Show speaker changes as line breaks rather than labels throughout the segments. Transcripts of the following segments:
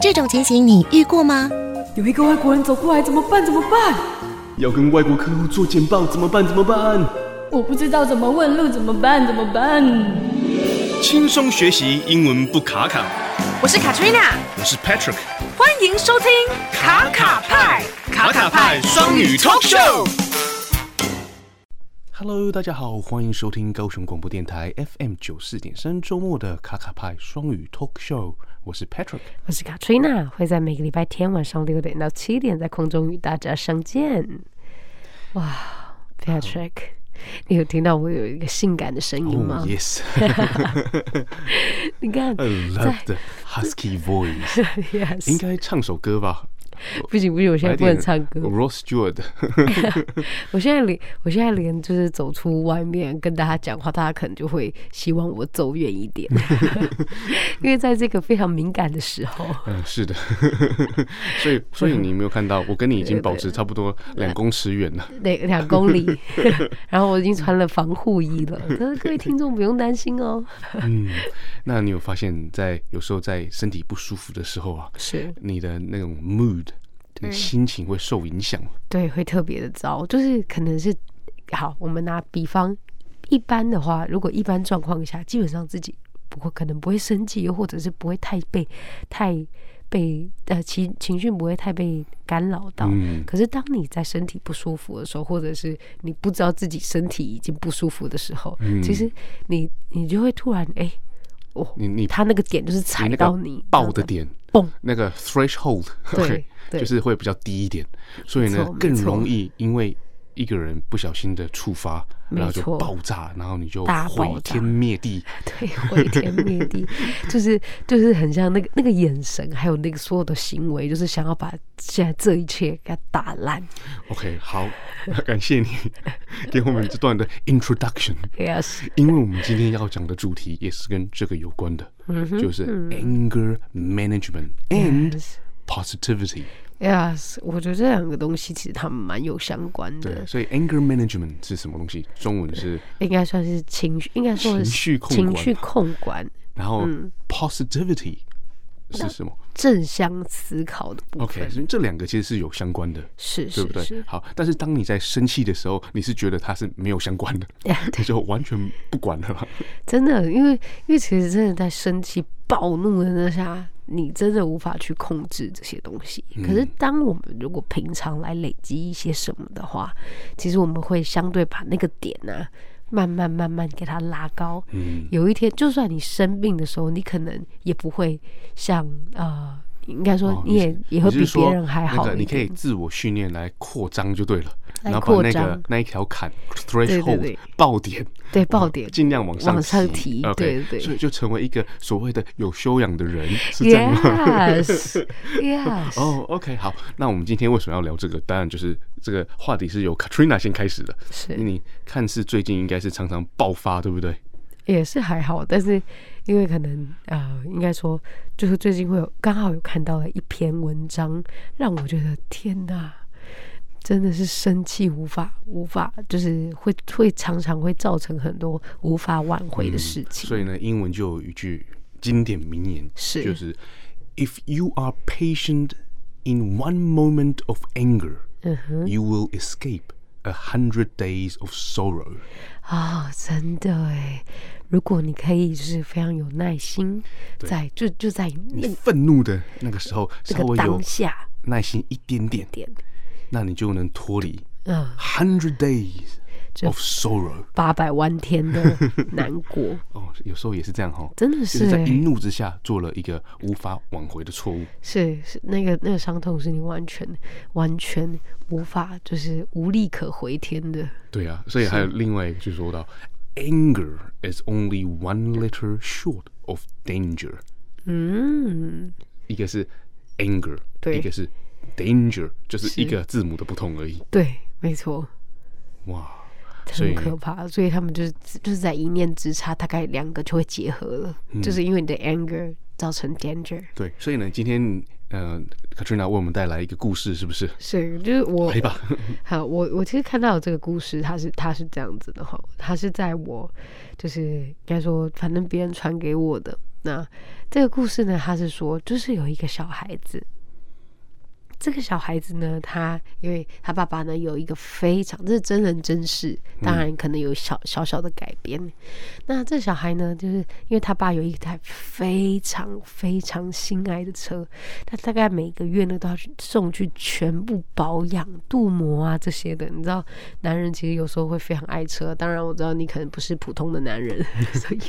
这种情形你遇过吗？
有一个外国人走过来，怎么办？怎么办？
要跟外国客户做简报怎么办？怎么办？
我不知道怎么问路，怎么办？怎么办？
轻松学习英文不卡卡。
我是 Katrina，
我是 Patrick，
欢迎收听卡卡派
卡卡派双语 talk show。
Hello，大家好，欢迎收听高雄广播电台 FM 九四点三周末的卡卡派双语 Talk Show，我是 Patrick。
我是 Katrina，会在每个礼拜天晚上六点到七点在空中与大家相见。哇，Patrick，你有听到我有一个性感的声音
Oh
吗
yes,
你看
I，love the husky voice。应
yes，
该唱首歌吧？
不行不行，我现在不能唱歌，
Ross Stewart
我现在连我现在连就是走出外面跟大家讲话，大家可能就会希望我走远一点，因为在这个非常敏感的时候，
嗯，是的， 所以所以你没有看到，我跟你已经保持差不 多两公尺远了。
两两公里，然后我已经穿了防护衣了，但是各位听众不用担心哦，
嗯，那你有发现，在有时候在身体不舒服的时候啊，
是。
你的那种 mood，你心情会受影响吗。
对，会特别的糟，就是可能是好，我们拿比方，一般的话，如果一般状况下，基本上自己不会可能不会生气，又或者是不会太被太被呃情情绪不会太被干扰到。
嗯
可是当你在身体不舒服的时候，或者是你不知道自己身体已经不舒服的时候，
嗯
其实你你就会突然哎。哦，
你你
他那个点就是
你
踩
那
到
个
你
爆的，点，
嘣，
那个 threshold，
对
OK，
对
就是会比较低一点，所以
没
呢
错没，
更
错
容易因为一个人不小心的触发，
没
然后就
错
爆炸，然后你就
大爆
毁
炸
天灭 地。
对，毁天灭地，就是就是很像那个那个眼神，还有那个所有的行为，就是想要把现在这一切给它打烂。
OK，好， 感谢你给我们这段的 introduction，
Yes，
因为我们今天要讲的主题也是跟这个有关的，
嗯
就是 anger management and positivity。
yes，我觉得这两个东西其实他们蛮有相关
对，
的，
所以 anger management 是什么东西？中文是，
应该算是情绪，应该说
情
是
绪控
情
管
绪控管、
然后
嗯
positivity 是什么
正向思考的部分
？OK，所以这两个其实是有相关的，
是
对
是
不对？
是，
好，但是当你在生气的时候，你是觉得它是没有相关的， 你就完全不管了啦。
真的，因为因为其实真的在生气、暴怒的那下，你真的无法去控制这些东西。可
嗯
是，当我们如果平常来累积一些什么的话，其实我们会相对把那个点呢、啊，慢慢慢慢给它拉高。
嗯，
有一天，就算你生病的时候，你可能也不会像呃，应该说
哦
你也、
是
也会
你是
比
说
别人还好
那个
一点。
你可以自我训练来扩张就对了，
来
然后把那
扩
个
张
那一条坎
对
threshold
对
爆点
对爆点，
尽量往上
往上提
OK，
对对对
所以就成为一个所谓的有修养的人，是这样吗？
Yes, yes，
哦、o k 好，那我们今天为什么要聊这个？当然就是这个话题是由 Katrina 先开始的。
是
你看似最近应该是常常爆发，对不对？
也是还好，但是因为可能呃，应该说就是最近会有刚好有看到了一篇文章，让我觉得天哪，真的是生气无法无法，就是会会常常会造成很多无法挽回的事情。
所以呢，英文就有一句经典名言，
是
就是 If you are patient in one moment of anger,
Uh-huh.
you will escape a hundred days of sorrow。
啊、真的哎，如果你可以就是非常有耐心，
对
在就就在
你
那
愤怒的那个时候，稍
那个
微有
当下
耐心一点点，
点，
那你就能脱离
嗯、
hundred days
就
of sorrow。
八百万天的难 过，
哦，有时候也是这样哈、哦。
真的
就是是在
哎
一怒之下做了一个无法挽回的错误。
是是那个那个伤痛是你完全完全无法就是无力可回天的。
对啊，所以还有另外一个就说到，anger is only one letter short of danger。
嗯，
一个是 anger，
对
一个是 danger，就是
是
一个字母的不同而已。
对，没错，
哇，所以
很可怕。所以他们就是就是在一念之差，大概两个就会结合了，
嗯
就是因为你的 anger 造成 danger。
对，所以呢，今天呃，Katrina 为我们带来一个故事，是不是？
是，就是我
来吧，
好，我我其实看到这个故事，它是它是这样子的哈，它是在我就是应该说，反正别人传给我的，那这个故事呢，他是说，就是有一个小孩子，这个小孩子呢，他因为他爸爸呢有一个非常这是真人真事，当然可能有小小小的改编。那这小孩呢，就是因为他爸有一台非常非常心爱的车，他大概每个月呢都要去送去全部保养、镀膜啊这些的。你知道，男人其实有时候会非常爱车，当然我知道你可能不是普通的男人， 所以。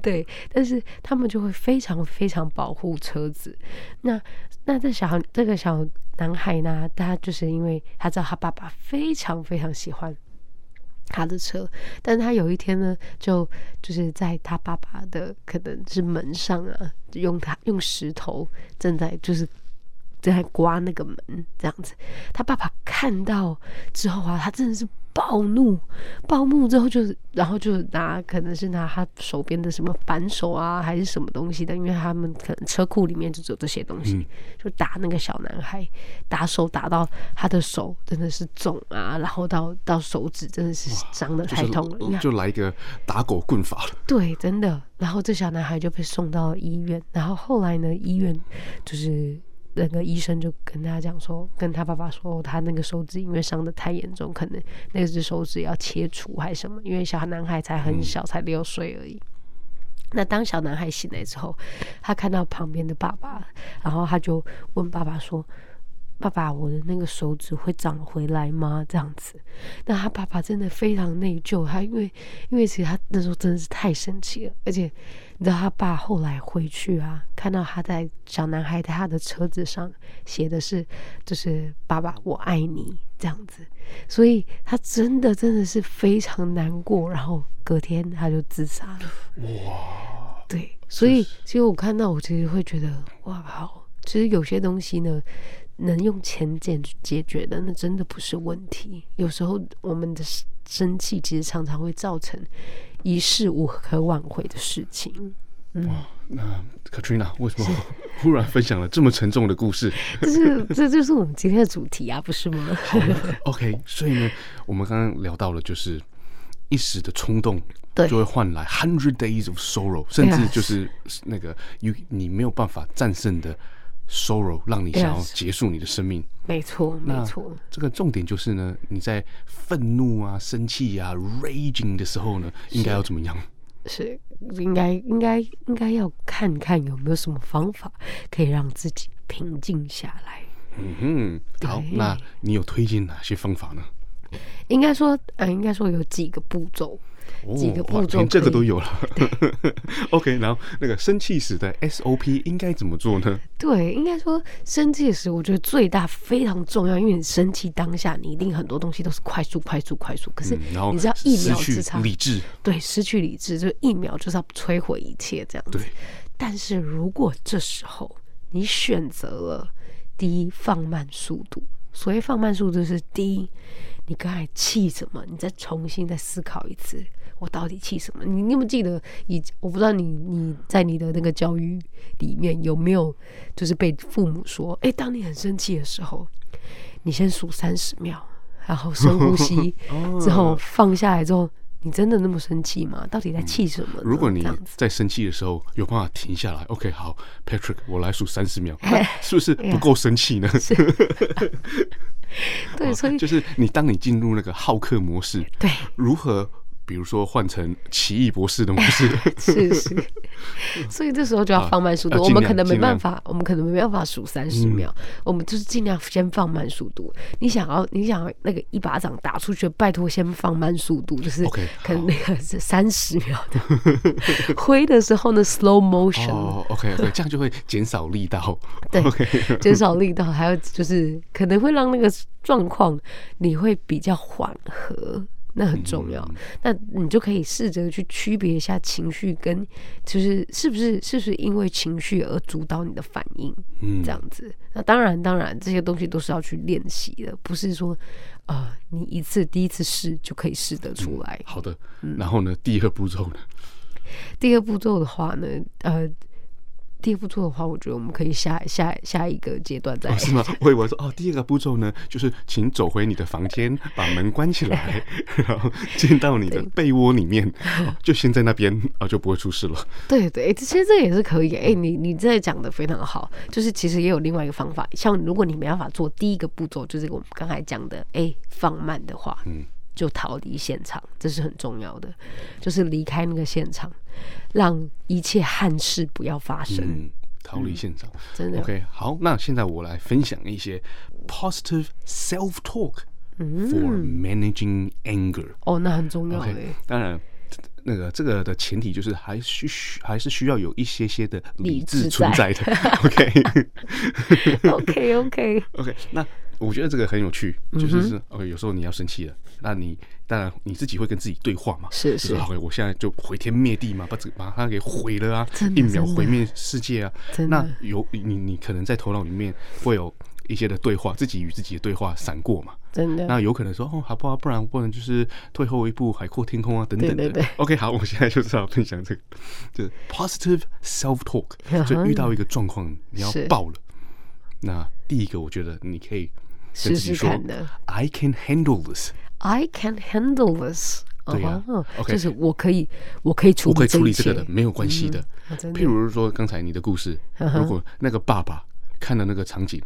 对，但是他们就会非常非常保护车子。那那这小这个小男孩呢，他就是因为他知道他爸爸非常非常喜欢他的车，但是他有一天呢，就就是在他爸爸的可能是门上啊，用他用石头正在就是正在刮那个门这样子。他爸爸看到之后啊，他真的是暴怒，暴怒之后就是，然后就拿可能是拿他手边的什么扳手啊，还是什么东西的，因为他们可能车库里面就只有这些东西，就打那个小男孩，打手打到他的手真的是肿啊，然后到到手指真的是伤的太痛了，你看
就来一个打狗棍法了。
对，真的。然后这小男孩就被送到医院，然后后来呢，医院就是那个医生就跟他讲说，跟他爸爸说，哦他那个手指因为伤的太严重，可能那只手指要切除还是什么，因为小男孩才很小，才六岁而已。那当小男孩醒来之后，他看到旁边的爸爸，然后他就问爸爸说：“爸爸，我的那个手指会长回来吗？”这样子，那他爸爸真的非常内疚，他因为因为其实他那时候真的是太生气了，而且你知道他爸后来回去啊，看到他在小男孩在他的车子上写的是就是“爸爸，我爱你”这样子，所以他真的真的是非常难过，然后隔天他就自杀了。对，所以其实我看到，我其实会觉得，哇靠！其实有些东西呢，能用钱解解决的，那真的不是问题。有时候我们的生生气，其实常常会造成一事无可挽回的事情。
那 Katrina 为什么忽然分享了这么沉重的故事
这是这就是我们今天的主题啊，不是吗？
？OK，所以呢，我们刚刚聊到了，就是一时的冲动，
对
就会换来 hundred days of sorrow，甚至
Yes
就是那个 you 你没有办法战胜的 sorrow，让你想要
Yes
结束你的生命。
没错，没
那
错，
这个重点就是呢，你在愤怒啊、生气啊、raging 的时候呢，应该要怎么样？
是应该应该应该要看看有没有什么方法可以让自己平静下来。
嗯哼，好，
对
那你有推荐哪些方法呢？
应该说，呃，应该说有几个步骤。
哦
几个步
哇
骤
连这
可
个
以
都有了。OK，然后那个生气时的 SOP 应该怎么做呢？
对，应该说生气时，我觉得最大非常重要，因为你生气当下，你一定很多东西都是快速、快速、快速。可是
嗯，然后
你知道一
失
秒
去
之差，
理智，
对，失去理智，就一秒就是要摧毁一切这样子
对。
但是如果这时候你选择了第一放慢速度，所谓放慢速度是第一，你刚才气什么？你再重新再思考一次，我到底气什么？你你有没有记得以我不知道你你在你的那个教育里面有没有就是被父母说，哎，当你很生气的时候，你先数三十秒，然后深 呼吸，
哦
之后放下来之后，你真的那么生气吗？到底在气什么呢？
如果你
这样子
在生气的时候有办法停下来，OK，好，Patrick，我来数三 十秒，那
哎
是不是不够生气呢？哦
对，所 以
就是你当你进入那个好客模式，
对，
如何比如说换成奇异博士的模 式？
是是，所以这时候就要放慢速
啊
度。
要
我
尽
们
量
可能没
尽量嗯
办法，我们可能没办法数三十秒，我们就是尽量先放慢速度。你想要，你想要那个一巴掌打出去，拜托先放慢速度，就是
OK，
可能那个是三十秒的 挥的时候呢，slow motion，
哦，OK OK，这样就会减少力道。
对
OK，
减少力道，还有就是可能会让那个状况你会比较缓和，那很重要。那你就可以试着去区别一下情绪跟就是是不是是不是因为情绪而主导你的反应，
嗯
这样子。那当然，当然这些东西都是要去练习的，不是说呃你一次第一次试就可以试得出来。
好的。
嗯
然后呢，第二步骤呢？
第二步骤的话呢，呃，第二步骤的话，我觉得我们可以下下下一个阶段再
哦，是吗？我以为说哦，第二个步骤呢，就是请走回你的房间，把门关起来，然后进到你的被窝里面，哦就先在那边啊、哦就不会出事了。
对对，其实这个也是可以。哎、你你这讲的非常好，就是其实也有另外一个方法，像如果你没办法做第一个步骤，就是我们刚才讲的，哎、放慢的话，嗯，就逃离现场，这是很重要的，就是离开那个现场，让一切憾事不要发生。
嗯，逃离现场。
真的
OK，好，那现在我来分享一些 positive self talk for managing anger。
哦，那很重要哎、
OK，当然，那个这个的前提就是还需需还是需要有一些些的理
理
智
智
存在
在
的。OK，
OK OK，嗯
OK，那我觉得这个很有趣，就是是、OK，有时候你要生气了，那你当然你自己会跟自己对话嘛，
是
就是啊 OK，我现在就毁天灭地嘛，把这个把它给毁了啊，
真的
一秒
真的
毁灭世界啊
真，的
那有你你可能在头脑里面会有一些的对话，自己与自己的对话闪过嘛，
真的。
那有可能说哦，好不好？不然不然就是退后一步，海阔天空啊，等等的。
对对对
OK，好，我现在就是要分享这个， 就是 positive self talk，
嗯哼
就遇到一个状况你要
是
爆了，那第一个我觉得你可以跟自
试
己
试
说
看的
，I can handle this，
I can handle this，
对啊
哦
OK
就是我可以，我可以处
我可以
理
处理
一
这个
切。
的，没有关系的。
啊真的
譬如说刚才你的故事，
嗯
如果那个爸爸看了那个场景。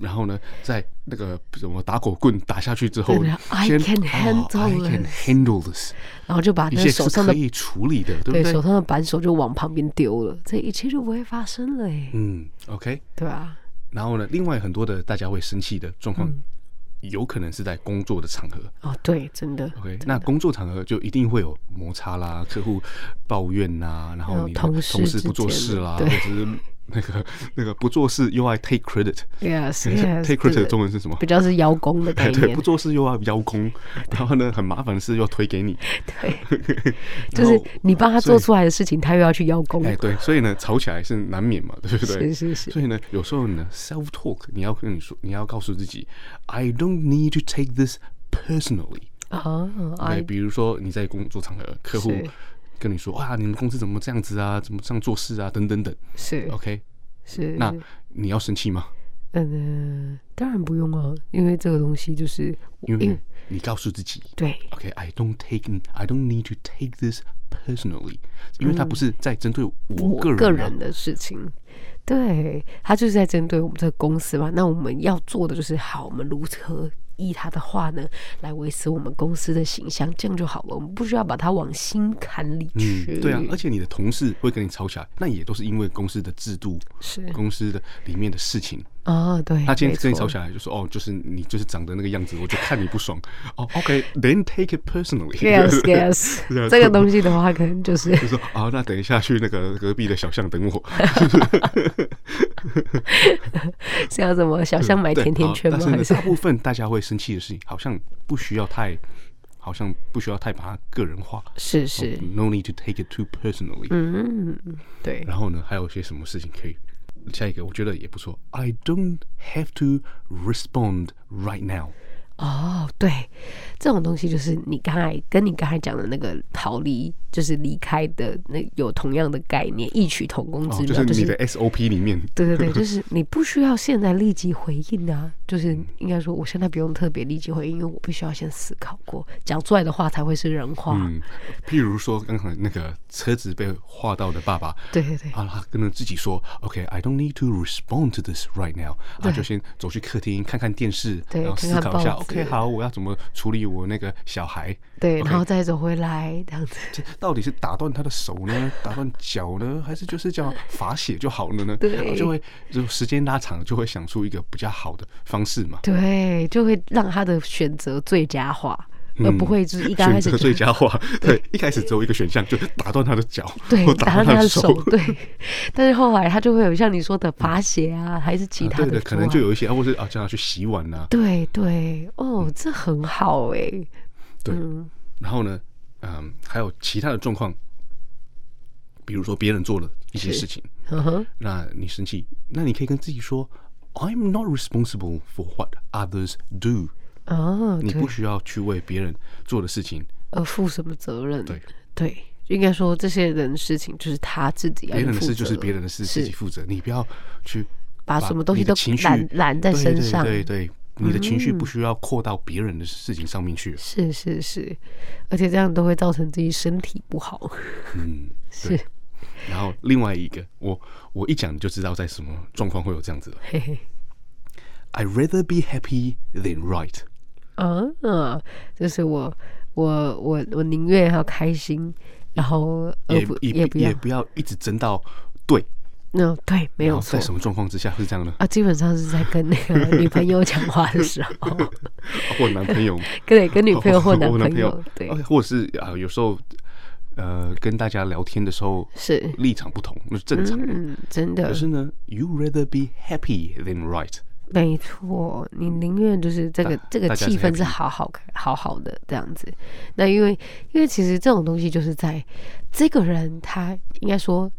然后呢，在那个什么打狗棍打下去之后
对的，，I
先
can
哦 I
handle
can
this
handle this，
然后就把
一
那
切
手
是
上的
可以处理的，对
对
不
手
对？
上的扳手就往旁边丢了，这一切就不会发生了哎、
嗯，OK。
对吧？
然后呢，另外很多的大家会生气的状
嗯
况，有可能是在工作的场合。
哦，对，真的，
OK，那工作场合就一定会有摩擦啦，客户抱怨呐，然
还
后
有
你的
同事
同事
之
不做
间
事啦，或
对
者是那个 那个不做事又爱 take credit。
yes yes，
take credit
对
的中文是什么
比？较是邀功的概
哎对，
念
不，做事又要邀功，然后呢，很麻烦的事又要推给 你，
就
然
是
后
你帮他
所以
做出来的事情，他又要去邀功，
哎，对，所以呢，吵起来是难免嘛，对不对？
是是是
所以呢，有时候呢，self talk，你要跟你说，你要告诉自己，I don't need to take this personally。
啊
对，
，I
比如说你在工作场合，客户
是
跟你说，哇，你们公司怎么这样子啊，怎么这样做事啊，等等等。
是
OK，
是
那你要生气吗？
嗯、呃当然不用啊，因为这个东西就是
因
嗯
为你告诉自己
对
，OK，I don't take, I don't need to take this personally，因为它不是在针对我
嗯我
个
个
人啊
人的事情。对他就是在针对我们这个公司嘛，那我们要做的就是好，我们如何依他的话呢，来维持我们公司的形象，这样就好了。我们不需要把它往心坎里去。
嗯，对啊，而且你的同事会跟你吵起来，那也都是因为公司的制度、
是
公司的里面的事情。
啊，对，
他今天
没
跟你
错
吵起来，就说哦，就是你就是长得那个样子，我就看你不爽。 哦，OK，then、take it personally
，yes
对啊
yes，这个东西的话，可 能就是
就说啊、那等一下去那个隔壁的小巷 等我，
是要怎么小象买
对
甜甜
好
圈吗？还
但是
是
呢，大部分大家会生气的事情，好像不需要太，好像不需要太把它个人化。哦
是是，
No need to take it too personally。
嗯，对，
然后呢，还有些什么事情可以？下一个我觉得也不错。I don't have to respond right now。
哦，对，这种东西就是你刚才跟你刚才讲的那个逃离，就是离开的那有同样的概念，异曲同工之
哦，
妙，
就是你的 SOP 里面，
对对 对，就是你不需要现在立即回应啊，就是应该说，我现在不用特别立即回应，因为我必须要先思考过，讲出来的话才会是人话。
嗯，譬如说刚才那个车子被划到的爸爸，
对对对，
啊，他跟着自己说，OK，I、don't need to respond to this right now，啊，就先走去客厅看看电视，
对
然后思
看看
考一下
报纸
，OK，好，我要怎么处理我那个小孩？
对
OK
然后再走回来这样子。
这到底是打断他的手 呢，打断脚呢，还是就是叫罚写就好了呢？
对
然后就会就时间拉长，就会想出一个比较好的方式嘛。
对，就会让他的选择最佳化，而不会就是一刚
嗯选
开
择
始就
最佳化，对，一开始只有一个选项，就打断他的脚，
对
或，
打
断
到他
的
的手， 对。 但是后来他就会有像你说的罚写啊，还是
嗯
其
啊
他
对
的做
的，
啊，
可能就有一些，啊，或是啊，叫他去洗碗呐、
对对
嗯
哦，这很好哎、
对，然后呢，嗯，还有其他的状况，比如说别人做了一些事情，
嗯哼，
那你生气，那你可以跟自己说，I'm not responsible for what others do。
哦，
你
对
不，需要去为别人做的事情，
呃，负什么责任？
对
对，应该说这些人的事情就是他自己要
别
去
人的
负责
事就是别人的事，自己
是
负责，你不要去
把什么东西
你的
都
情绪
揽揽在
对
身
对
上嗯
对对你的情绪不需要扩到别人的事情上面去。
是是是，而且这样都会造成自己身体不好。
嗯，
是，
然后另外一个，我我一讲你就知道在什么状况会有这样子了。
嘿嘿，
I rather be happy than right。
啊啊，就是我我我我宁愿要开心，然后而
也
哦不
也
不
不
要
也。不要一直争到对，
那对，没
然
有
后
错
在。什么状况之下是这样呢？
啊，基本上是在跟那个女朋友讲话的时候，
或哦男朋友，
跟对跟女朋友或
或
男
男
朋
朋
友
友，，
对，
呃或者是啊，有时候呃跟大家聊天的时候
是
立场不同，那是正常的。
嗯，真
可
的，
是呢，you rather be happy than right。
没错，你宁愿就是这个
大
这个
大家是
气氛是
happy
好好好好的这样子。那因为因为其实这种东西就是在这个人他应该说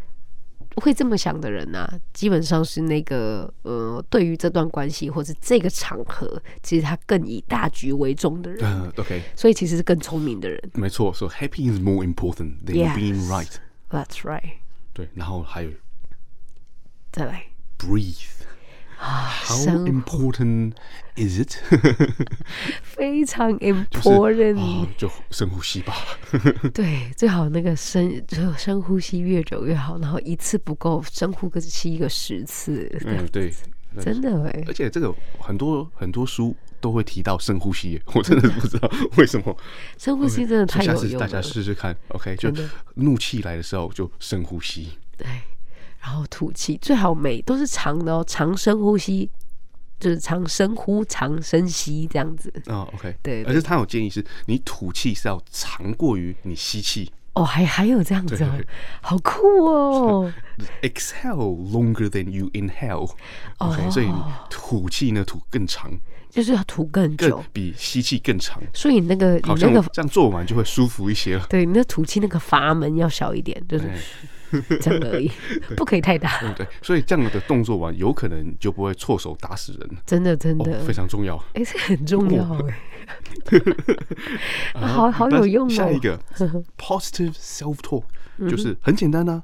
会这么想的人啊，基本上是那个呃，对于这段关系或者这个场合，其实他更以大局为 重的人，
嗯，OK，
所以其实是更聪明的人。
没错，so happy is more important than
Yes
being right。
That's right，
对，然后还有
再来
breathe。How
啊深
important is it？
非常
就是
important。
啊，就深呼吸吧。
对，最好那个深就深呼吸越久越好，然后一次不够，深呼吸个十次，
嗯，对，
真的哎
而，且这个很多很多书都会提到深呼吸，我真的不知道为什么。
深呼吸真的太
下
有
次
用
大
了。
家试试看，OK？就
真的
怒气来的时候就深呼吸，
对，然后吐气最好每都是长的哦，长深呼吸，就是长深呼、长深吸这样子。
啊、o k
对
而且他有建议是，你吐气是要长过于你吸气
哦，还还有这样子哦
对对对，
好酷哦！
，exhale longer than you inhale。OK，、所以
哦
你吐气呢吐更长，
就是要吐更久
更，比吸气更长，
所以那个你
好
那
像
个
这样做完就会舒服一些了。
对你那吐气那个阀门要小一点，
哎
就是 这样 而已，不可以太大。
对，所以这样的动作完，有可能你就不会错手打死人了，
真的真的
哦，非常重要。
哎、这很重要哎、 好好有用哦。
那下一个 positive self talk
嗯
就是很简单啊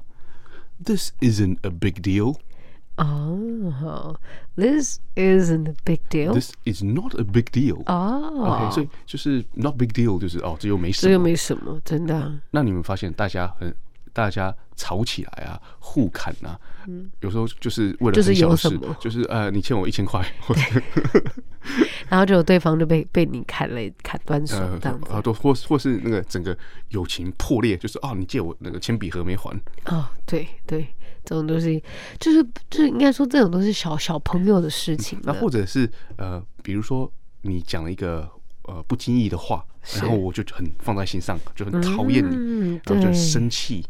，This isn't a big deal.
哦，This isn't a big deal。
This is not a big deal.
哦
OK，所以就是 not big deal，就是哦，这又没
这
什
又
么。
没什么，真的啊、
那你们发现大家很，大家吵起来啊，互砍啊，有时候就是为了
嗯就是
很小
有
的
什
事
么，
就是呃，你欠我一千块， 或者
然后结果对方就被被你砍了砍断手
呃
这样子。
啊，都或或是那个整个友情破裂，就是啊，你借我那个铅笔盒没还，
哦，对对，这种东西就是就是应该说这种都是小小朋友的事情
那
了。
或者是呃，比如说你讲了一个呃不经意的话，
是
然后我就很放在心上，就很讨厌你，
嗯
然后就
对
很生气。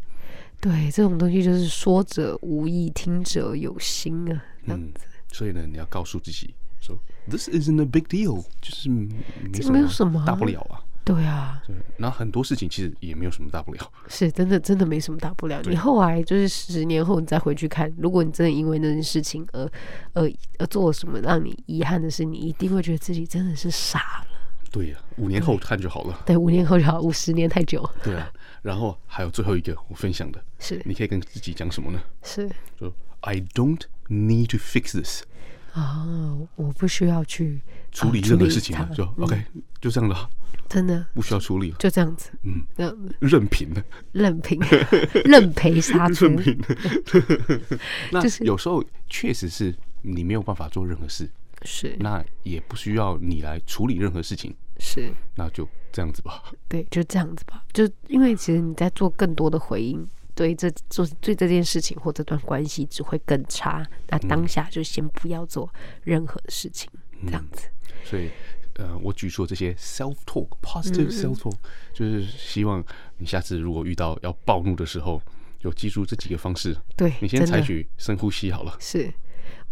对，这种东西就是说者无意，听者有心啊。
嗯，所以呢，你要告诉自己说，This isn't a big deal，就是没
没有什么啊
大不了啊。
对啊，
对，然后很多事情其实也没有什么大不了。
是真的，真的没什么大不了。你后来就是十年后你再回去看，如果你真的因为那件事情而而而做了什么让你遗憾的事，你一定会觉得自己真的是傻了。
对呀、五年后看就好了。
对，五年后就好，五十年太久，
对啊，然后还有最后一个我分享的，
是
你可以跟自己讲什么呢？
是
就 I don't need to fix this，
啊、我不需要去
处理
呃
任何事情
它
啊，就 OK，就这样了，
真的
不需要处理了，
就这样子，
嗯，
这样子
任凭 了。
任凭任 赔杀出
证，明。那
就是
有时候确实是你没有办法做任何事，
是
那也不需要你来处理任何事情，
是。
那就这样子 吧。
对，就这样子吧。就因为其实你在做更多的回应，对这做对这件事情或这段关系只会更差。那当
嗯
下就先不要做任何事情，
嗯
这样子。
所以，呃，我举出这些 self talk、positive
嗯
self talk，、就是希望你下次如果遇到要暴怒的时候，有记住这几个方式。
对
你先
真的
采取深呼吸好了。
是，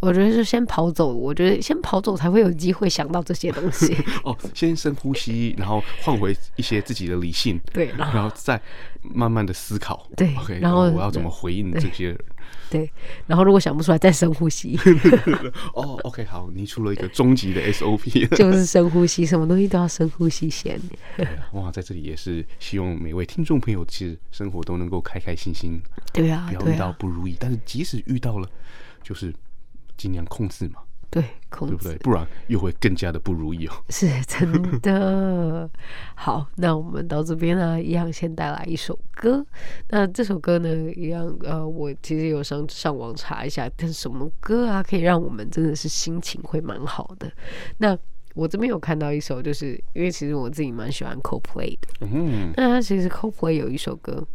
我觉得是先跑走，我觉得先跑走才会有机会想到这些 东西。
哦，先深呼吸，然后换回一些自己的理性，
对然后
然后再慢慢的思考，
对
，OK，哦
然后
我要怎么回应这些人？
对，然后如果想不出来，再深 呼吸，
哦，OK，好，你出了一个终极的 SOP，
就是深呼吸，什么东西都要深呼吸先。
哇，在这里也是希望每位听众朋友，其实生活都能够开开心心，
对啊
不，要
对
遇到
啊，
不如意。但是即使遇到了，就是尽量控制嘛，
对，控
对
制
不对？不然又会更加的不如意哦。
是真的。好，那我们到这边呢，一样先带来一首歌。那这首歌呢，一样呃，我其实有上上网查一下，但什么歌啊，可以让我们真的是心情会蛮好的。那我这边有看到一首，就是因为其实我自己蛮喜欢 Coldplay 的，
嗯，
那它其实 Coldplay 有一首歌，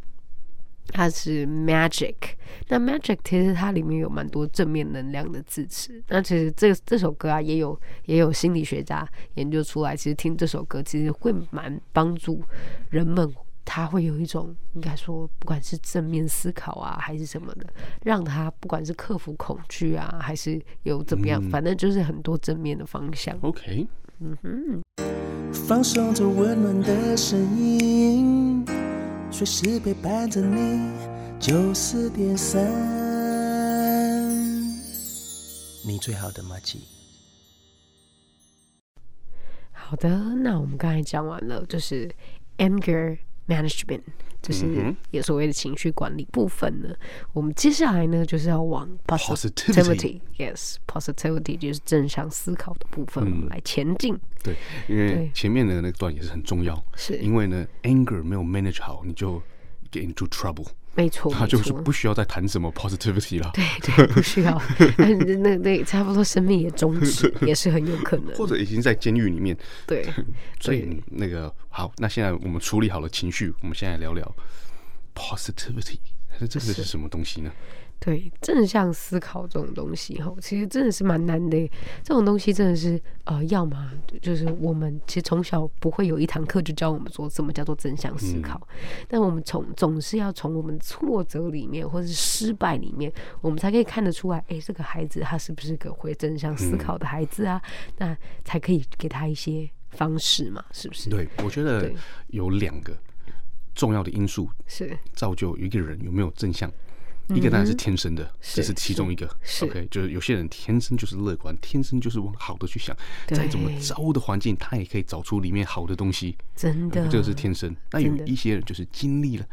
它是 Magic。那 Magic 其实它里面有蛮多正面能量的字词。那其实这这首歌啊，也有也有心理学家研究出来，其实听这首歌其实会蛮帮助人们。他会有一种应该说，不管是正面思考啊，还是什么的，让他不管是克服恐惧啊，还是有怎么样，反正就是很多正面的方向。
OK，
放松着温暖的声音，随时陪伴着你。九四点三，你最好的马吉。
好的，那我们刚才讲完了，就是 anger management，就是
嗯
也所谓的情绪管理部分呢。我们接下来呢，啊就是要往
Positivity
positivity，yes positivity 就是正向思考的部分，我
嗯
们来前进。
对，因为前面的那段也是很重要，
是
因为呢，anger 没有 manage 好，你就 get into trouble，
没错，
他就
没
是
错
不需要再谈什么 positivity 了。
对对，不 需要，那那那差不多生命也终止，也是很有可能。
或者已经在监狱里面，
对，
所以那个好，那现在我们处理好了情绪，我们现在聊聊 positivity，那这个是什么东西呢？
对正向思考这种东西吼，其实真的是蛮难的耶。这种东西真的是呃，要么就是我们其实从小不会有一堂课就教我们说什么叫做正向思考，
嗯
但我们从总是要从我们挫折里面或是失败里面，我们才可以看得出来，哎，这个孩子他是不是个会正向思考的孩子啊？那才可以给他一些方式嘛，是不是？，
对，我觉得
对
有两个重要的因素
是
造就一个人有没有正向。一个当然是天生的，这
嗯是
是其中一个。
是
OK，就是有些人天生就是乐观，天生就是往好的去想，
对
再怎么糟的环境，他也可以找出里面好的东西。
真的，
嗯这个是天生。那有
真的
一些人就是经历了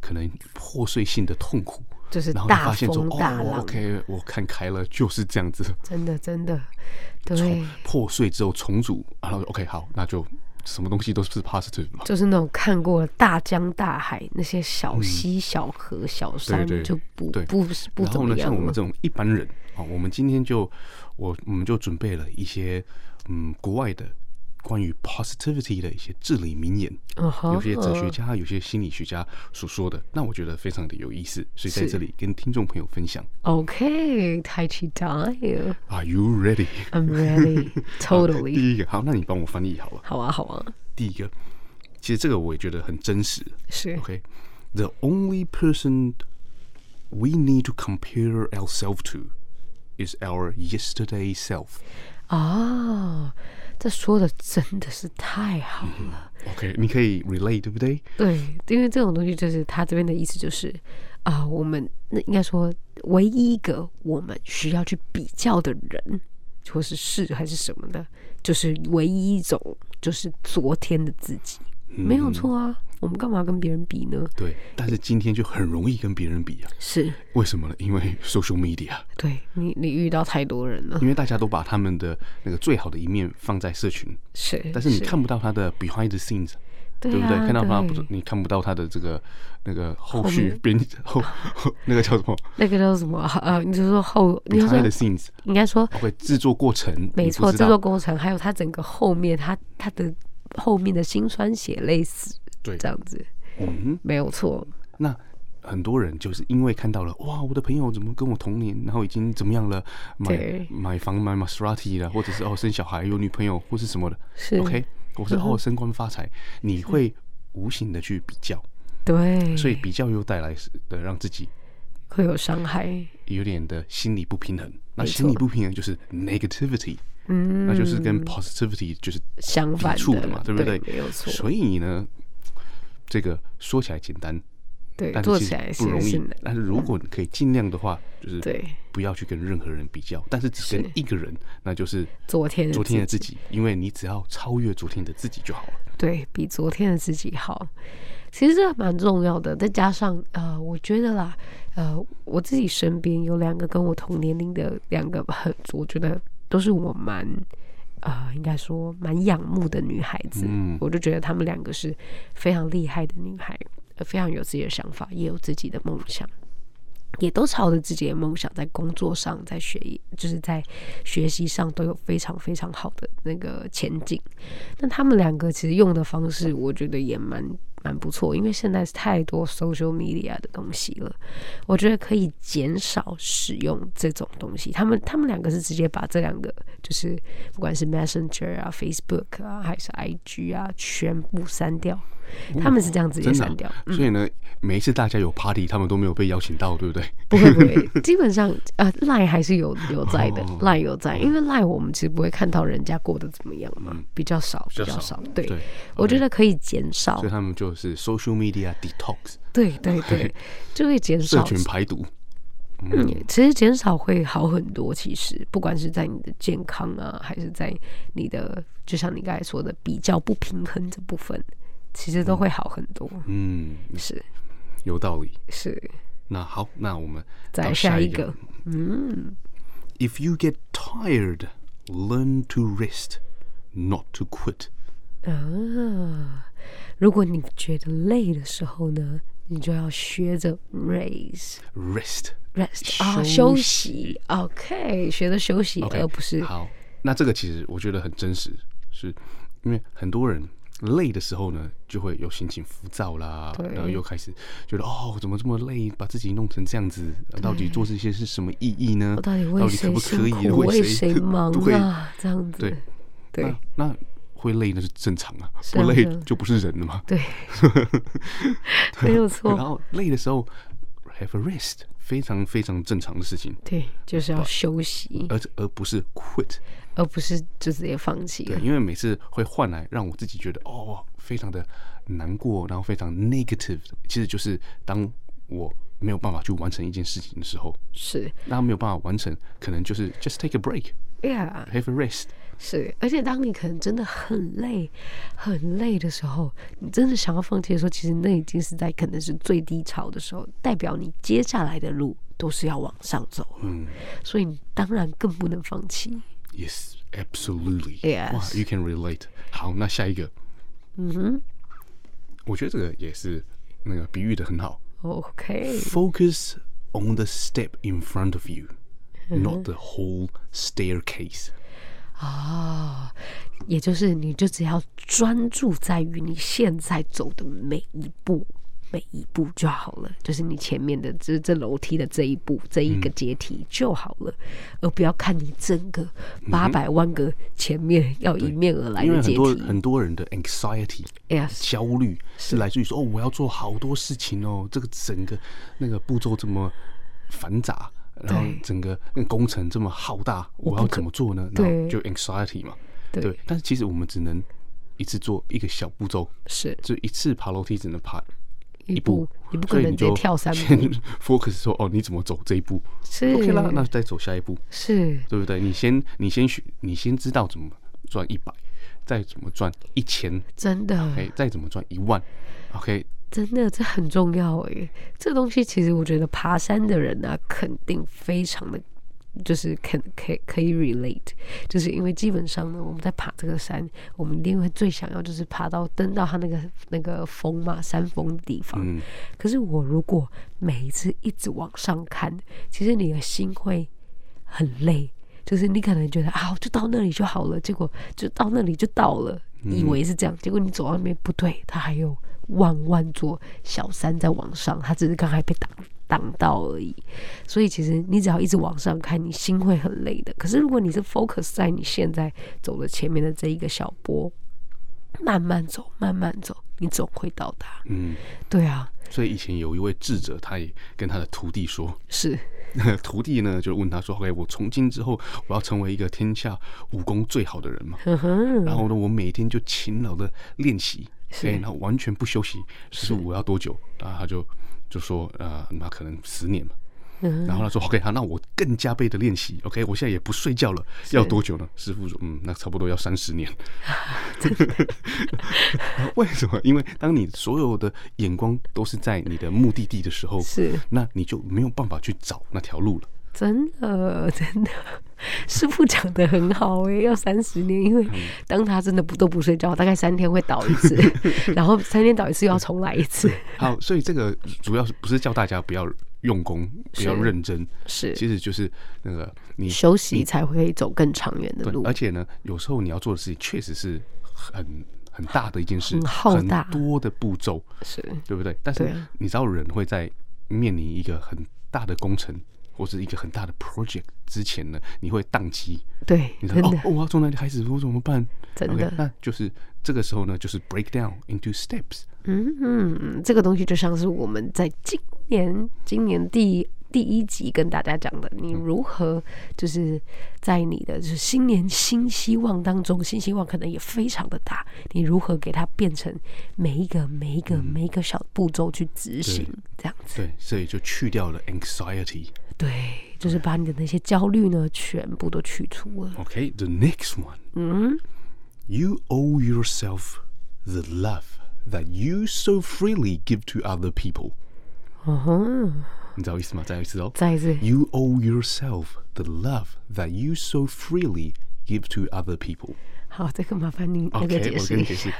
可能破碎性的痛苦，
就是
然后他
大
发现说
风大
哦
浪，
，OK，我看开了，就是这样子。
真的真的，
从
对。
破碎之后重组，然后 OK，好，那就什么东西都是 positive 嘛。
就是那种看过大江大海那些小溪、小河、小山，
嗯对对
就不
对
不不
然
怎
后
么
呢，像
样
我们
了
这。种一般人啊，我们今天就我我们就准备了一些嗯国外的关于 positivity 的一些至理名言，
嗯哼
有些哲学家、有些心理学家所说的，那我觉得非常的有意思，所以在
是
这里跟听众朋友分享。
OK，太期待 了
Are you ready？
，I'm ready
好
totally。
第一个，好，那你帮我翻译好了。
好啊，好啊，
第一个，其实这个我也觉得很真实。
是
OK，the only person we need to compare ourselves to is our yesterday self。
啊，这说的真的是太好
嗯
了。
OK，你可以 relate 对不对？
对，因为这种东西就是他这边的意思就是啊、我们那应该说唯一一个我们需要去比较的人，或是事还是什么的，就是唯一一种就是昨天的自己，
嗯
没有错啊。我们干嘛跟别人比呢？
对，但是今天就很容易跟别人比啊，
是
为什么呢？因为 social media，
对你，你遇到太多人了
因，为大家都把他们的那个最好的一面放在社群，
是，
但是你看不到他的 behind the scenes，
对
对不对？
啊
看到他不
对，
你看不到他的这个那个后续
面
编后后那个叫什么
那个叫什么呃，你就说后，你就
behind
说
the scenes。
应该说
OK，制作过程，你
没
不
错，
知
制
道
作过程，还有他整个后面，他他的后面的辛酸血泪史，
对
这样子
嗯，
没有错，
那很多人就是因为看到了，哇，我的朋友怎么跟我同年，然后已经怎么样了，买
对
买房买 Maserati 了，或者是哦生小孩有女朋友或是什么的
是
，OK，或
嗯
是哦升官发财，你会无形的去比较，
对，
所以比较又带来是的让自己
会有伤害。
有点的心理不平衡。那
没错
心理不平衡就是 negativity，嗯，那就是跟 positivity 就是
相反的
抵触的嘛，对不
对
对？
没有错
所以呢，这个说起来简单，
对，
但是
做
其
起
实
来
不
其
容
实是
易
难。
但是如果你可以尽量的话，就是
嗯对
不要去跟任何人比较，但是只
是
跟一个人，那就是
昨天的
昨天的
自
自己，因为你只要超越昨天的自己就好了。
对比昨天的自己好，其实这蛮重要的。再加上呃，我觉得啦，呃，我自己身边有两个跟我同年龄的两个很，我觉得都是我蛮呃，应该说蛮仰慕的女孩子。
嗯
我就觉得她们两个是非常厉害的女孩，呃非常有自己的想法，也有自己的梦想。也都朝着自己的梦想，在工作上，在学业，就是在学习上都有非常非常好的那个前景。那他们两个其实用的方式，我觉得也蛮蛮不错，因为现在太多 social media 的东西了，我觉得可以减少使用这种东西。他们他们两个是直接把这两个，就是不管是 Messenger 啊、Facebook 啊，还是 IG 啊，全部删掉。他们是这样直接
真的
删掉嗯
啊，，所以呢，每一次大家有 party，他们都没有被邀请到，对不对？
不会不会，基本上呃，line 还是有有在的
哦
，line 有在，因为 line 我们其实不会看到人家过得怎么样嘛，比较少，
嗯
比
较
较
少
少。对
对，
我
OK
觉得可以减少
所以，他们就是 social media detox，
对对 对，就会减
社
少。
群排毒。
嗯，其实减少会好很多。其实，不管是在你的健康啊，还是在你的，就像你刚才说的，比较不平衡这部分，其实都会好很多。
嗯，
是
有道理。
是，
那好，那我们
再
到
下
一
一个。
If you get tired, learn to rest, not to quit。
啊，如果你觉得累的时候呢，你就要学着 raise
Rest。
rest 啊、
休
休息。OK，学着休息
OK，
而哎不是
好。那这个其实我觉得很真实，是因为很多人累的时候呢，就会有心情浮躁啦，
对
然后又开始觉得哦，怎么这么累，把自己弄成这样子，到底做这些是什么意义呢？
我
到
到底为
可
谁
不可
辛
以？
苦，为谁忙
对
啊？这样子
对，
对
那那会累那是正常啊，
是啊
不累
是啊
就不是人了 嘛。
对，没有
然
错，
后累的时候，have a rest，非常非常正常的事情，
对，就是要休息，
而而不是 quit。
而不是就直接放弃
对，
了。
因为每次会换来让我自己觉得哦，非常的难过，然后非常 negative。其实就是当我没有办法去完成一件事情的时候，
是
那没有办法完成，可能就是 just take a break，have
，Yeah。
a rest。
是，而且当你可能真的很累、很累的时候，你真的想要放弃的时候，其实那已经是在可能是最低潮的时候，代表你接下来的路都是要往上走了。嗯，所以你当然更不能放弃。
Yes, absolutely.
Yes.
哇，You can relate. 好，那下一个，嗯哼，我觉得这个也是那个比喻的很好。
OK，
Focus on the step in front of you,
Mm-hmm.
not the whole staircase.
啊、也就是你就只要专注在于你现在走的每一步。每一步就好了，就是你前面的这这楼梯的这一步，这一个
嗯
阶梯就好了，而不要看你整个八百万个前面要迎面而来
因为
的
很
阶
多
梯。哎
很多人的 anxiety
Yes，
焦虑是来自于说哦，我要做好多事情哦，这个整个那个步骤这么繁杂，然后整个那个工程这么浩大，我要怎么做呢？然后
对
就 anxiety 嘛，
对
对。但是其实我们只能一次做一个小步骤，
是
就一次爬楼梯只能爬
一
一步
步，，你不可
所以
能
你
直接
就
跳三
先
步，
focus 说哦，你怎么走这一步
是
？OK 啦，那再走下一步，
是
对不对？你先你先学，你先知道怎么赚一百，再怎么赚一千。
真的。
OK，再怎么赚一万，OK，
真的，这很重要诶。这东西其实我觉得爬山的人啊，肯定非常的，就是可可可以 relate，就是因为基本上呢，我们在爬这个山，我们一定会最想要就是爬到登到它那个那个峰嘛，山峰的地方。可是我如果每一次一直往上看，其实你的心会很累。就是你可能觉得啊，我就到那里就好了，结果就到那里就到了，以为是这样，结果你走到那边不对，它还有万万座小山在往上，它只是刚才被挡挡到而已。所以其实你只要一直往上看，你心会很累的。可是如果你是 focus 在你现在走的前面的这一个小坡，慢慢走，慢慢走，你总会到达。
嗯，
对啊，
所以以前有一位智者，他也跟他的徒弟说，
是，
徒弟呢就问他说：“OK，我从今之后我要成为一个天下武功最好的人嘛。
嗯哼，
然后呢，我每天就勤劳的练习，
是
哎，然后完全不休息。是我要多久？”然后他就就说：“呃，那可能十年嘛。”
嗯
然后他说：“OK，好，那我更加倍的练习。OK，我现在也不睡觉了，要多久呢？”师傅说：“嗯，那差不多要三十年。 为什么？因为当你所有的眼光都是在你的目的地的时候，
是
那你就没有办法去找那条路了。
真的，真的， 师傅讲的很好诶、要三十年，因为
嗯
当他真的不都不睡觉，大概三天会倒 一次，然后三天倒一次又要重来一次，
好，所以这个主要是不是叫大家不要用功，不要
是
认真，
是
其实就是那个你
休息才会可以走更长远的
对
路，
而且呢，有时候你要做的事情确实是很很大的一件事，
很浩大
多的步骤，
是
对不对？但是
对啊
你知道，人会在面临一个很大的工程或是一个很大的 project 之前呢，你会宕机。
对，
你
真
说哦
的，
哦，我要从哪里开始？我怎么办？
真
o k
的，
那就是这个时候呢，就是 break down into steps。
嗯嗯，这个东西就像是我们在今年今年第第一集跟大家讲的，你
嗯
如何就是在你的就是新年新希望当中，新希望可能也非常的大，你如何给它变成每一个每一个
嗯
每一个小步骤去执行，这样子，
对，所以就去掉了 anxiety。
对，就是把你的那些焦虑呢全部都去除了，
Okay, the next one. You owe yourself the love that you so freely give to other people.
嗯哼，
你知道意思吗？再来一次哦。
再一次
You owe yourself the love that you so freely give to other people.
好，这个麻烦你那个
OK，
解
我
释
跟你
一
解
下
释，。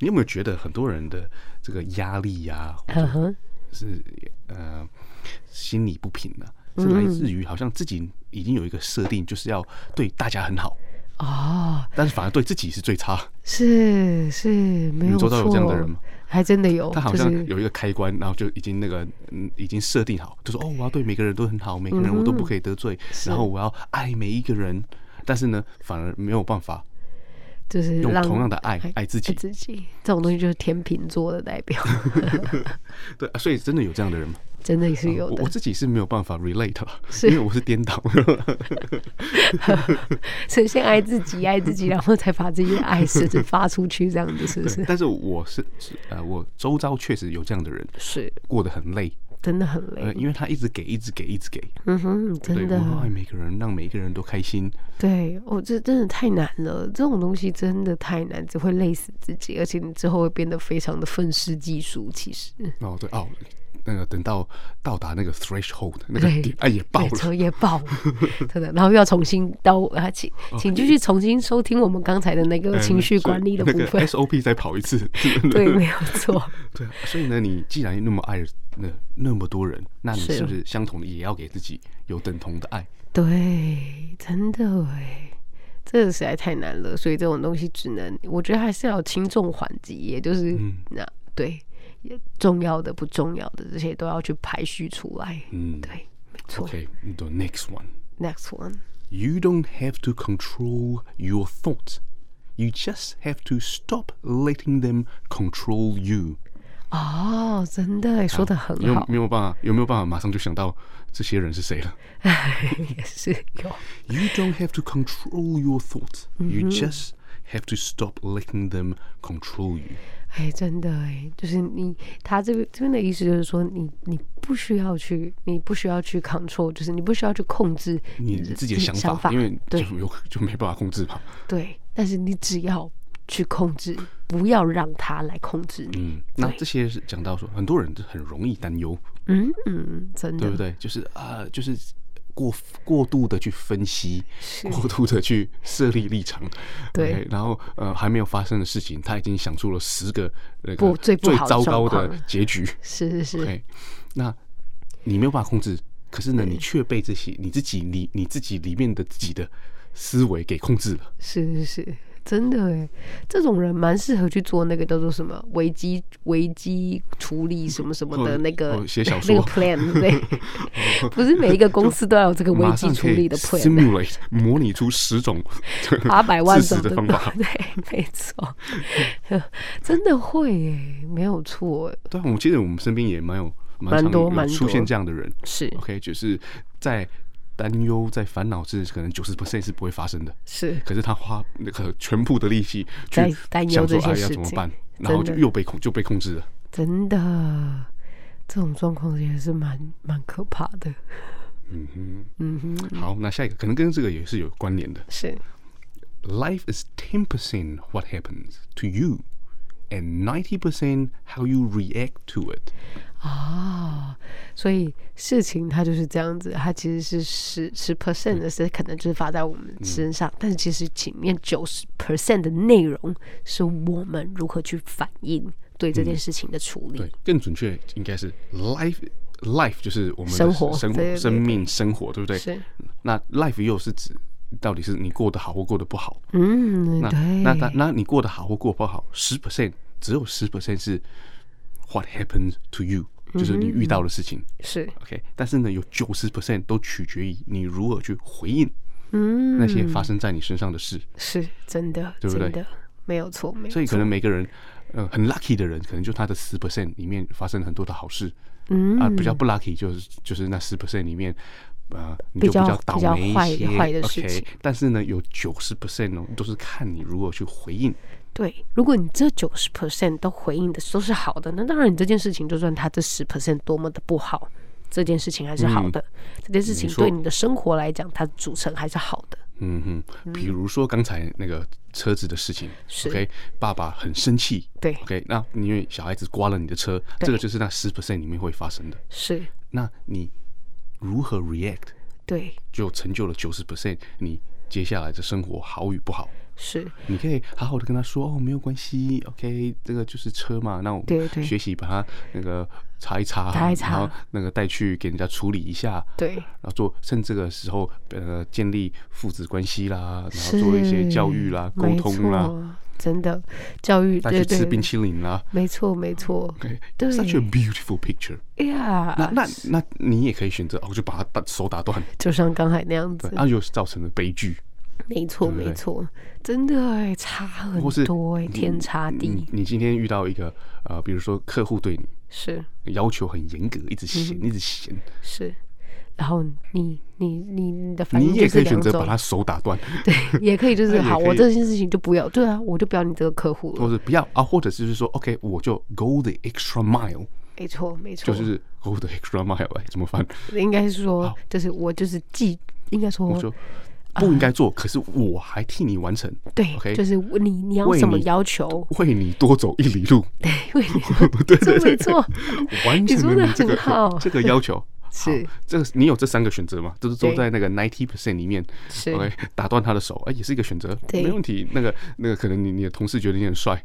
你有没有觉得很多人的这个压力呀、或
嗯
者
哼，
是呃心理不平呢、是来自
嗯
于好像自己已经有一个设定，就是要对大家很好，
哦。
但是反而对自己是最差。
是是，没有
周
错。
遭有这样的人吗
还真的有，
他好
哦就
像
是
有一个开关，然后就已经那个嗯，已经设定好，就说哦，我要对每个人都很好，每个人我
嗯
都不可以得罪，然后我要爱每一个人，但是呢，反而没有办法
就是
用
让哎
同样的爱爱自己
自己这种东西就是天秤座的代 表，
对，啊所以真的有这样的人吗？
真的是有
我
的
我。自己是没有办法 relate 了，
是
因为我是颠 倒。
所以先爱自 己，爱自己，然后才把自己的爱甚至发出去，这样子是不
对
是？
但是我是是呃，我周遭确实有这样的人，
是，
过得很累，
真的很
呃，
累。
因为他一直给，一直给，一直给，
嗯哼，
对，
真
我
的，
要爱每个人，让每一个人都开心，
对，哦，这真的太难了，这种东西真的太难，只会累死自己，而且你之后会变得非常的愤世嫉俗。其实，
哦，对哦，那个等到到达那个 threshold 那个
对
点，哎，也爆
对车
了。
也爆 了，真的。然后又要重新到啊，请
哦
请
哎
继续重新收听我们刚才的那个情绪管理的
嗯
部
所以
分
哎那个。SOP 再跑一次。
对，没有错，
对啊，所以呢，你既然那么爱那那么多人，那你
是
是不是相同的也要给自己有等同的爱？
对，真的哎，这个实在太难了。所以这种东西只能，我觉得还是要有轻重缓急，也就是
嗯
那对也重要的、不重要的这些都要去排序出来。
嗯
对，没错。
Okay, the next one.
Next one，
You don't have to control your thoughts. You just have to stop letting them control you.
哦，真的哎说的很
你有
好
没，有办法？有没有办法马上就想到这些人是谁了？
也是有。
You don't have to control your thoughts.
Mm-hmm.
You just have to stop letting them control you.
哎，真的哎，就是你，他这边这边的意思就是说，你你不需要去，你不需要去 control，就是你不需要去控制
你自己的想
想
法，因为就
对
有就没办法控制嘛。
对，但是你只要去控制，不要让他来控制你。
嗯，那
对
这些是讲到说，很多人很容易担忧，
嗯嗯，真的
对不对？就是啊、就是过过度的去分析，
是
过度的去设立立场，
对
OK，然后呃还没有发生的事情，他已经想出了十个那个
不最不好的
糟
状
糕的
况
结局。
是是是
OK，那你没有办法控制，可是呢，你却被这些你自己你你自己里面的自己的思维给控制了。
是是是，真的哎，这种人蛮适合去做那个叫做什么危机危机处理什么什么的
哦
那个、
哦写小
那个
说
plan，对，不是每一个公司都要有这个危
马
机
上
处
可以
理的 plan，
simulate 模拟出十种
八百 万
致
种
死的方
对
法。
对，没错， 真的会耶，没有错欸耶，
对啊，我记得我们身边也蛮有
蛮
常
多
有
蛮
出现
多
这样的人。
是
OK，就是在担忧、在烦恼是可能九十 percent 是不会发生的，
是，
可是他花那个全部的力气去
在担忧
想
这
说
些
哎要
事
怎么
情
办，然后
真
就
的
又被控就被控制了。
真的，这种状况也是蛮蛮可怕的，嗯
好，那下一个可能跟这个也是有关联的。
是
Life is ten percent what happens to you, and ninety percent how you react to it。
啊、所以事情它就是这样子，它其实是十十 percent 的是可能就是发在我们身
嗯
上，但是其实里面九十 percent 的内容是我们如何去反应对这件事情的处理。
嗯对，更准确应该是 life。life 就是我们的
生活
生
对对
活、
对
生命、生活，对不对？
是。
那 life 又是指到底是你过得好或过得不好？
嗯，
那
对，
那那那你过得好或过得不好，十 percent 只有十 percent 是 what happens to you，就是
嗯
你遇到的事情。
是
OK，但是呢，有九十 percent 都取决于你如何去回应，嗯，那些发生在你身上的事。
是真的，
对不对
真的没有错，没有错。
所以可能每个人，呃，很 lucky 的人，可能就他的十 percent 里面发生了很多的好事，嗯啊，比较不 lucky 就是就是那十 percent 里面。呃，你就
比较
倒霉一些
比较坏坏的事情
o k 但是呢，有九十 percent 哦，都是看你如何去回应。
对，如果你这九十 percent 都回应的都是好的，那当然你这件事情就算它这十 percent 多么的不好，这件事情还是好的。嗯这件事情
没错
对你的生活来讲，它组成还是好的。
嗯哼，比如说刚才那个车子的事情
是
，OK，爸爸很生气，
对
，OK，那因为小孩子刮了你的车，
对
这个就是那十 percent 里面会发生的。
是，
那你如何 react，
对，
就成就了九十 percent 你接下来的生活好与不好。
是，
你可以好好的跟他说哦，没有关系，OK，这个就是车嘛，那我们
对对
学习把它那个擦一擦，
擦一擦
然后那个带去给人家处理一下，
对，
然后做趁这个时候呃建立父子关系啦，然后做一些教育啦、
是
沟通，
没
啦，
错真的教育，
带
对
去吃冰
对，
淇淋啦。
没错没错。
OK，
对
such a beautiful picture
哎呀，
那。那那你也可以选择哦，就把它打手打断，
就像刚才那样子
对，，啊，又造成了悲剧，
没错
对不对
没错，真的哎，差
或
很
是
多哎，天差
你
地
你今天遇到一个呃，比如说客户对你
是。
要求很严格，
嗯
一直嫌，一直嫌，
是，然后你你你你的反应
你也
就
可
是
以选
两
择把
种，
他手打 断，
也可以就是
也
好，
可
我
以
这件事情就不要，对啊，我就不要你这个客户
或
了，
者不要啊，或者就是说 OK，我就 go the extra mile，
没错没错，
就是 go the extra mile，哎，怎么翻？
应该是说
好，
就是我就是记，应该
我
说
说不应该做，可是我还替你完成，
啊对
OK，
就是你你要
为
什么
你
要求，
为你多走一里路，
为你
对
这
对对，
没错，
完
你
成
说
了
的
你这
很好
个这个要求。
是
好，这个你有这三个选择嘛？就是都
对
在那个 ninety percent 里面
是
，OK，打断他的手，哎，也是一个选择，
对哎
没问题。那个那个，可能你你的同事觉得你很帅，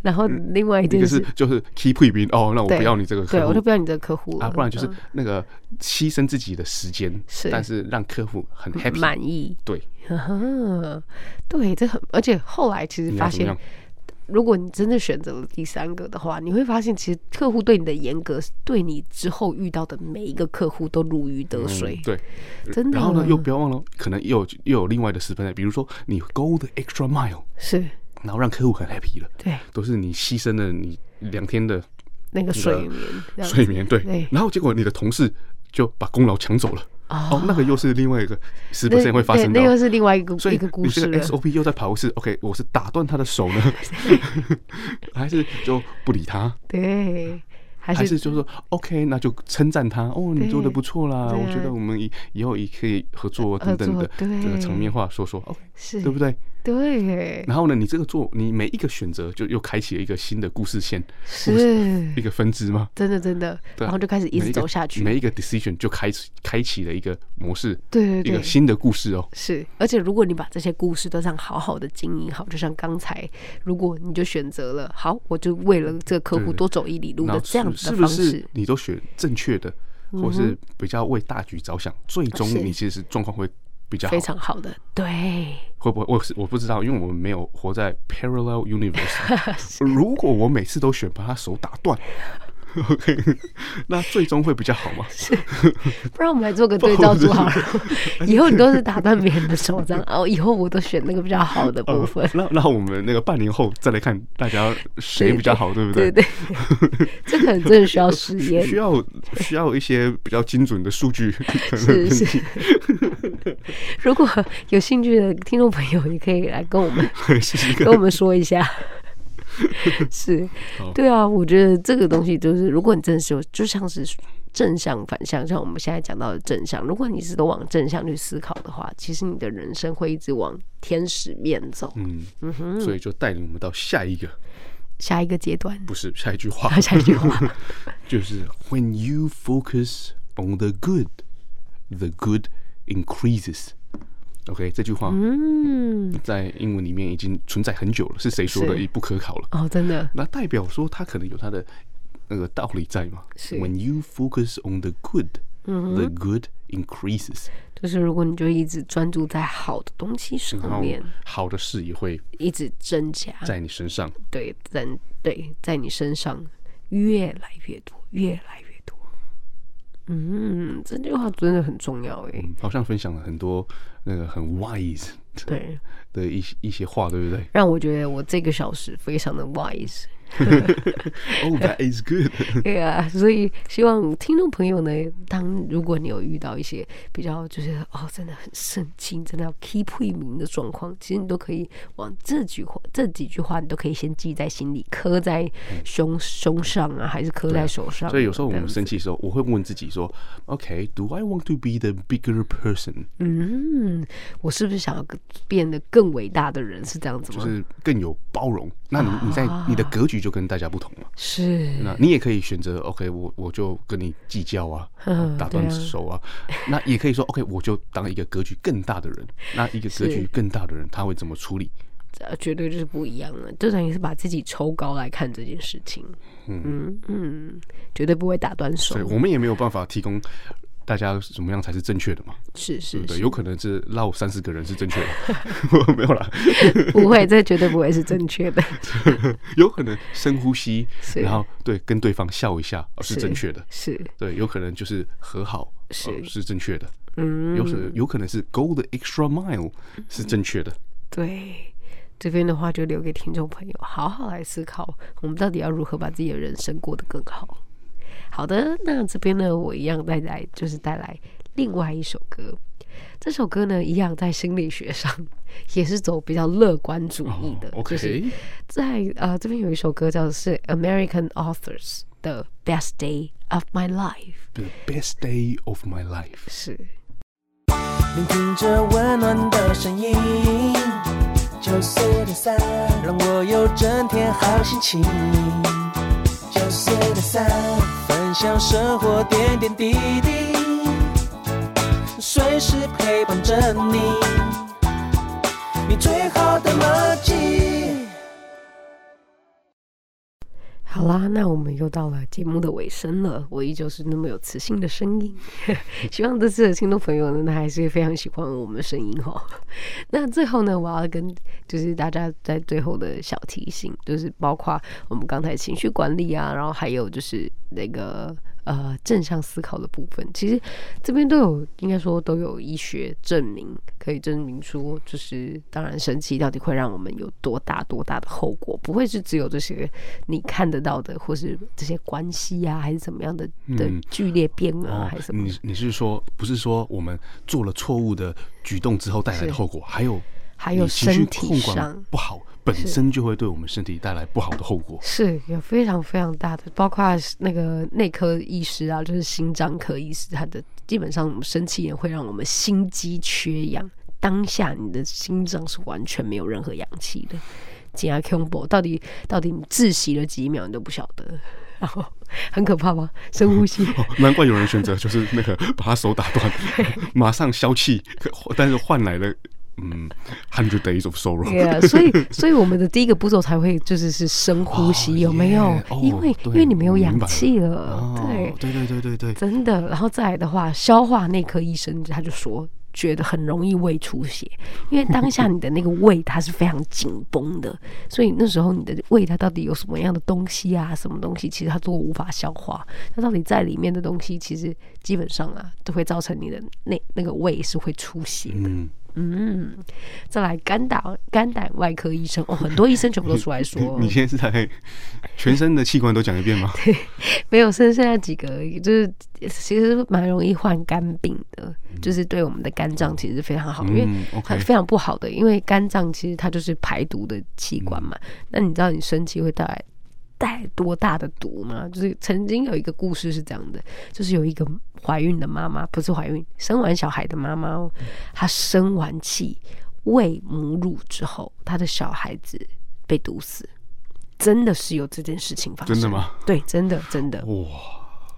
然后另外
嗯
一
一
件
个
事
是，就是 keep 贵宾，哦，那我
对
不要你这个
对
客
我就
户
不要你这个客户
啊，
了
不然就是
嗯
那个牺牲自己的时间，
是嗯
但是让客户很 happy，
满意，
对，
啊， 对，这很，而且后来其实
你要
发
怎么
现
样，
如果你真的选择了第三个的话，你会发现其实客户对你的严格，对你之后遇到的每一个客户都如鱼得水。
嗯，对。
真的。
然后呢，又不要忘了，可能又有又有另外的十分，比如说你 go the extra mile，
是
然后让客户很 happy 了，
对
都是你牺牲了你两天的
那个睡眠，这样
睡眠，对，
对
然后结果你的同事就把功劳抢走了，
啊
哦，那个又是另外一个十
那
percent 会发生的
对那又
哦。
是另外一个
所以
一个故
你
事
这
了
个。SOP 又在跑一次，OK，我是打断他的手 呢，还是就不理他，
对，还
还
是
是就说 OK，那就称赞他哦，你做的不错啦，
对啊呃
我觉得我们以以后也可以合作
合
等等的
作，对
这个场面话说说，OK，
是
对不对？
对耶，
然后呢，你这个做，你每一个选择就又开启了一个新的故事线，
是
一个分支吗？
真的真的，
对啊
然后就开始一直走下去。
每一个每一个 decision 就开启开启了一个模式，
对对
一
对
个新的故事哦。
是，而且如果你把这些故事都这样好好的经营好，就像刚才，如果你就选择了好，我就为了这个客户
对对
多走一里路
那
的这样
是
子
是
的
不
方式嗯
是，你都选正确的，或是比较为大局着想，最终
哦是
你其实状况会比较好
非。常好的，对，
会不会？我是我不知道，因为我们没有活在 parallel universe 里。如果我每次都选把他手打断，OK，那 最终会比较 好吗？
不然我们来做个对照组好了。 以后你都是打断别人的手 这样，哦，以后我都选那个比较好的部分
呃。那那我们那个半年后再来看大家谁比较好，对不
对对， 这可能真的需要实验。
需要需要一些比较精准的数据。
是是。 如果有兴趣的听众朋友，也可以来跟我们
是一
跟我
个
们说一下。 是，对啊，我觉得这个东西就是，如果你真的是有，就像是正向、反向，像我们现在讲到的正向，如果你是都往正向去思考的话，其实你的人生会一直往天使面走，
嗯，所以就带领我们到下一个，
下一个阶段。，
不是下一句话
下一句话
就是 When you focus on the good, the good increases。OK，这句话在英文里面已经存在很久了，嗯是谁说的
是
已不可考了。
哦，真的
那代表说它可能有它的那个道理在嘛
是
？When you focus on the good, the good increases。
就是，如果你就一直专注在好的东西
然
上
后
面，
好的事也会
一直增加，
在你身上。
对，人对，在你身上越来越多，越来越多。嗯，这句话真的很重要欸诶、
嗯好像分享了很多那个很 wise
对，
的一些一些话，对不对
让我觉得我这个小时非常的 wise。
？Oh, that is good 。
对啊，所以希望听众朋友呢，当如果你有遇到一些比较就是哦，真的很圣经，真的要 keep 慧明的状况，其实你都可以往这句话、这几句话，你都可以先记在心里，刻在胸胸上啊，还是刻在手上啊。
嗯所以有时候我们
这样
生气的时候，我会问自己说：“OK, do I want to be the bigger person？”
嗯，我是不是想要更变得更伟大的人？是这样子
就
吗？
是更有包容。那你你在你的格局就跟大家不同嘛。
是，
那你也可以选择 OK，我我就跟你计较啊，
嗯
打
对
断
啊
手啊。那也可以说 OK，我就当一个格局更大的人。那一个格局更大的人，他会怎么处理？
呃绝对就是不一样了。就等于是把自己抽高来看这件事情。嗯嗯，绝对不会打断手
所以。我们也没有办法提供大家怎么样才是正确的嘛，
是
对
是
不对？
是，
有可能是绕三四个人是正确 的， 没有啦，
不会，这绝对不会是正确的。
有可能深呼吸，
是
然后对跟对方笑一下、哦、是正确的，
是
对，有可能就是和好
是
哦是正确的，
嗯，
有可能有可能是 go the extra mile 是正确的，
对。这边的话就留给听众朋友好好来思考，我们到底要如何把自己的人生过得更好。好的，那这边呢，我一样带来就是带来另外一首歌，这首歌呢一样在心理学上也是走比较乐观主义的，
哦
嗯就是
，OK，
在呃这边有一首歌叫是 American Authors 的 Best Day of My Life，
the best day of my life，
是
聆听着温暖的声音。九四点三，让我有整天好心情。九四点三，分享生活点点滴滴，随时陪伴着你，你最好的默契。
好啦，那我们又到了节目的尾声了。我依旧是那么有磁性的声音， 希望这次的听众朋友呢，他还是非常喜欢我们的声音哦。 那最后呢，我要跟就是大家在最后的小提醒，就是包括我们刚才情绪管理啊，然后还有就是那个呃正向思考的部分，其实这边都有应该说都有医学证明，可以证明说，就是当然生气到底会让我们有多大多大的后果，不会是只有这些你看得到的，或是这些关系啊，还是怎么样的的
嗯
剧烈变啊，
哦
还是，什么
你你是说不是说我们做了错误的举动之后带来的
是
后果，还有
还有
你情绪
身体
控管
上
不好，本身就会对我们身体带来不好的后果。
是有非常非常大的，包括那个内科医师啊，就是心脏科医师，他的基本上我们生气也会让我们心肌缺氧，当下你的心脏是完全没有任何氧气的。紧压 combo 到底到底你窒息了几秒你都不晓得，然后很可怕吗？深 呼吸，
哦，难怪有人选择就是那个 把他手打 断，马上消气，可但是换来了嗯 hundred days of sorrow。
对啊，所以所以我们的第一个步骤才会就是是深呼吸，
哦
有没有
yeah，哦
因为因
对
为你没有氧
明白
气了，
哦
对，
对对对对对，
真的。然后再来的话，消化内科医生他就说，觉得很容易胃出血，因为当下你的那个胃它是非常紧绷的，所以那时候你的胃它到底有什么样的东西啊，什么东西，其实它都无法消化，它到底在里面的东西，其实基本上啊，都会造成你的那那个胃是会出血的。
嗯，
嗯，再来肝胆肝胆外科医生哦，很多医生全部都出来说，
你现在是在全身的器官都讲一遍吗？
没有剩剩下几个而已，就是其实蛮容易患肝病的，就是对我们的肝脏其实非常好，因为
嗯，OK
很非常不好的，因为肝脏其实它就是排毒的
嗯
器官嘛。那你知道你生气会带来带来多大的毒吗？就是曾经有一个故事是这样的，就是有一个怀孕的妈妈，不是怀孕，生完小孩的妈妈
嗯
哦，她生完气喂母乳之后，她的小孩子被毒死。真的是有这件事情发生？
真的吗？
对，真的真的。
哇，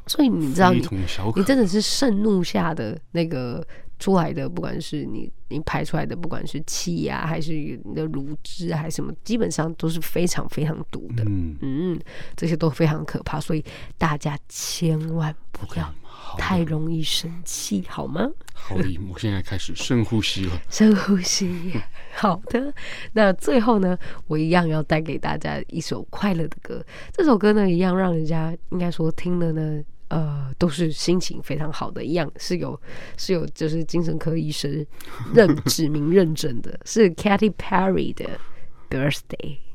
所以你知道
一
你，
桶小
你
可，
真的是盛怒下的那个出来的，不管是你你排出来的，不管是气呀、还是你的乳汁啊，还是什么，基本上都是非常非常毒的。
嗯，
嗯，这些都非常可怕，所以大家千万不要
好的，
太容易生气，好吗？
好的，我现在开始深呼吸了。
深呼吸。好的，那最后呢，我一样要带给大家一首快乐的歌。这首歌呢，一样让人家应该说听了呢，呃，都是心情非常好的，一样是有是有就是精神科医生认指名认证的，是 Katy Perry 的 Birthday。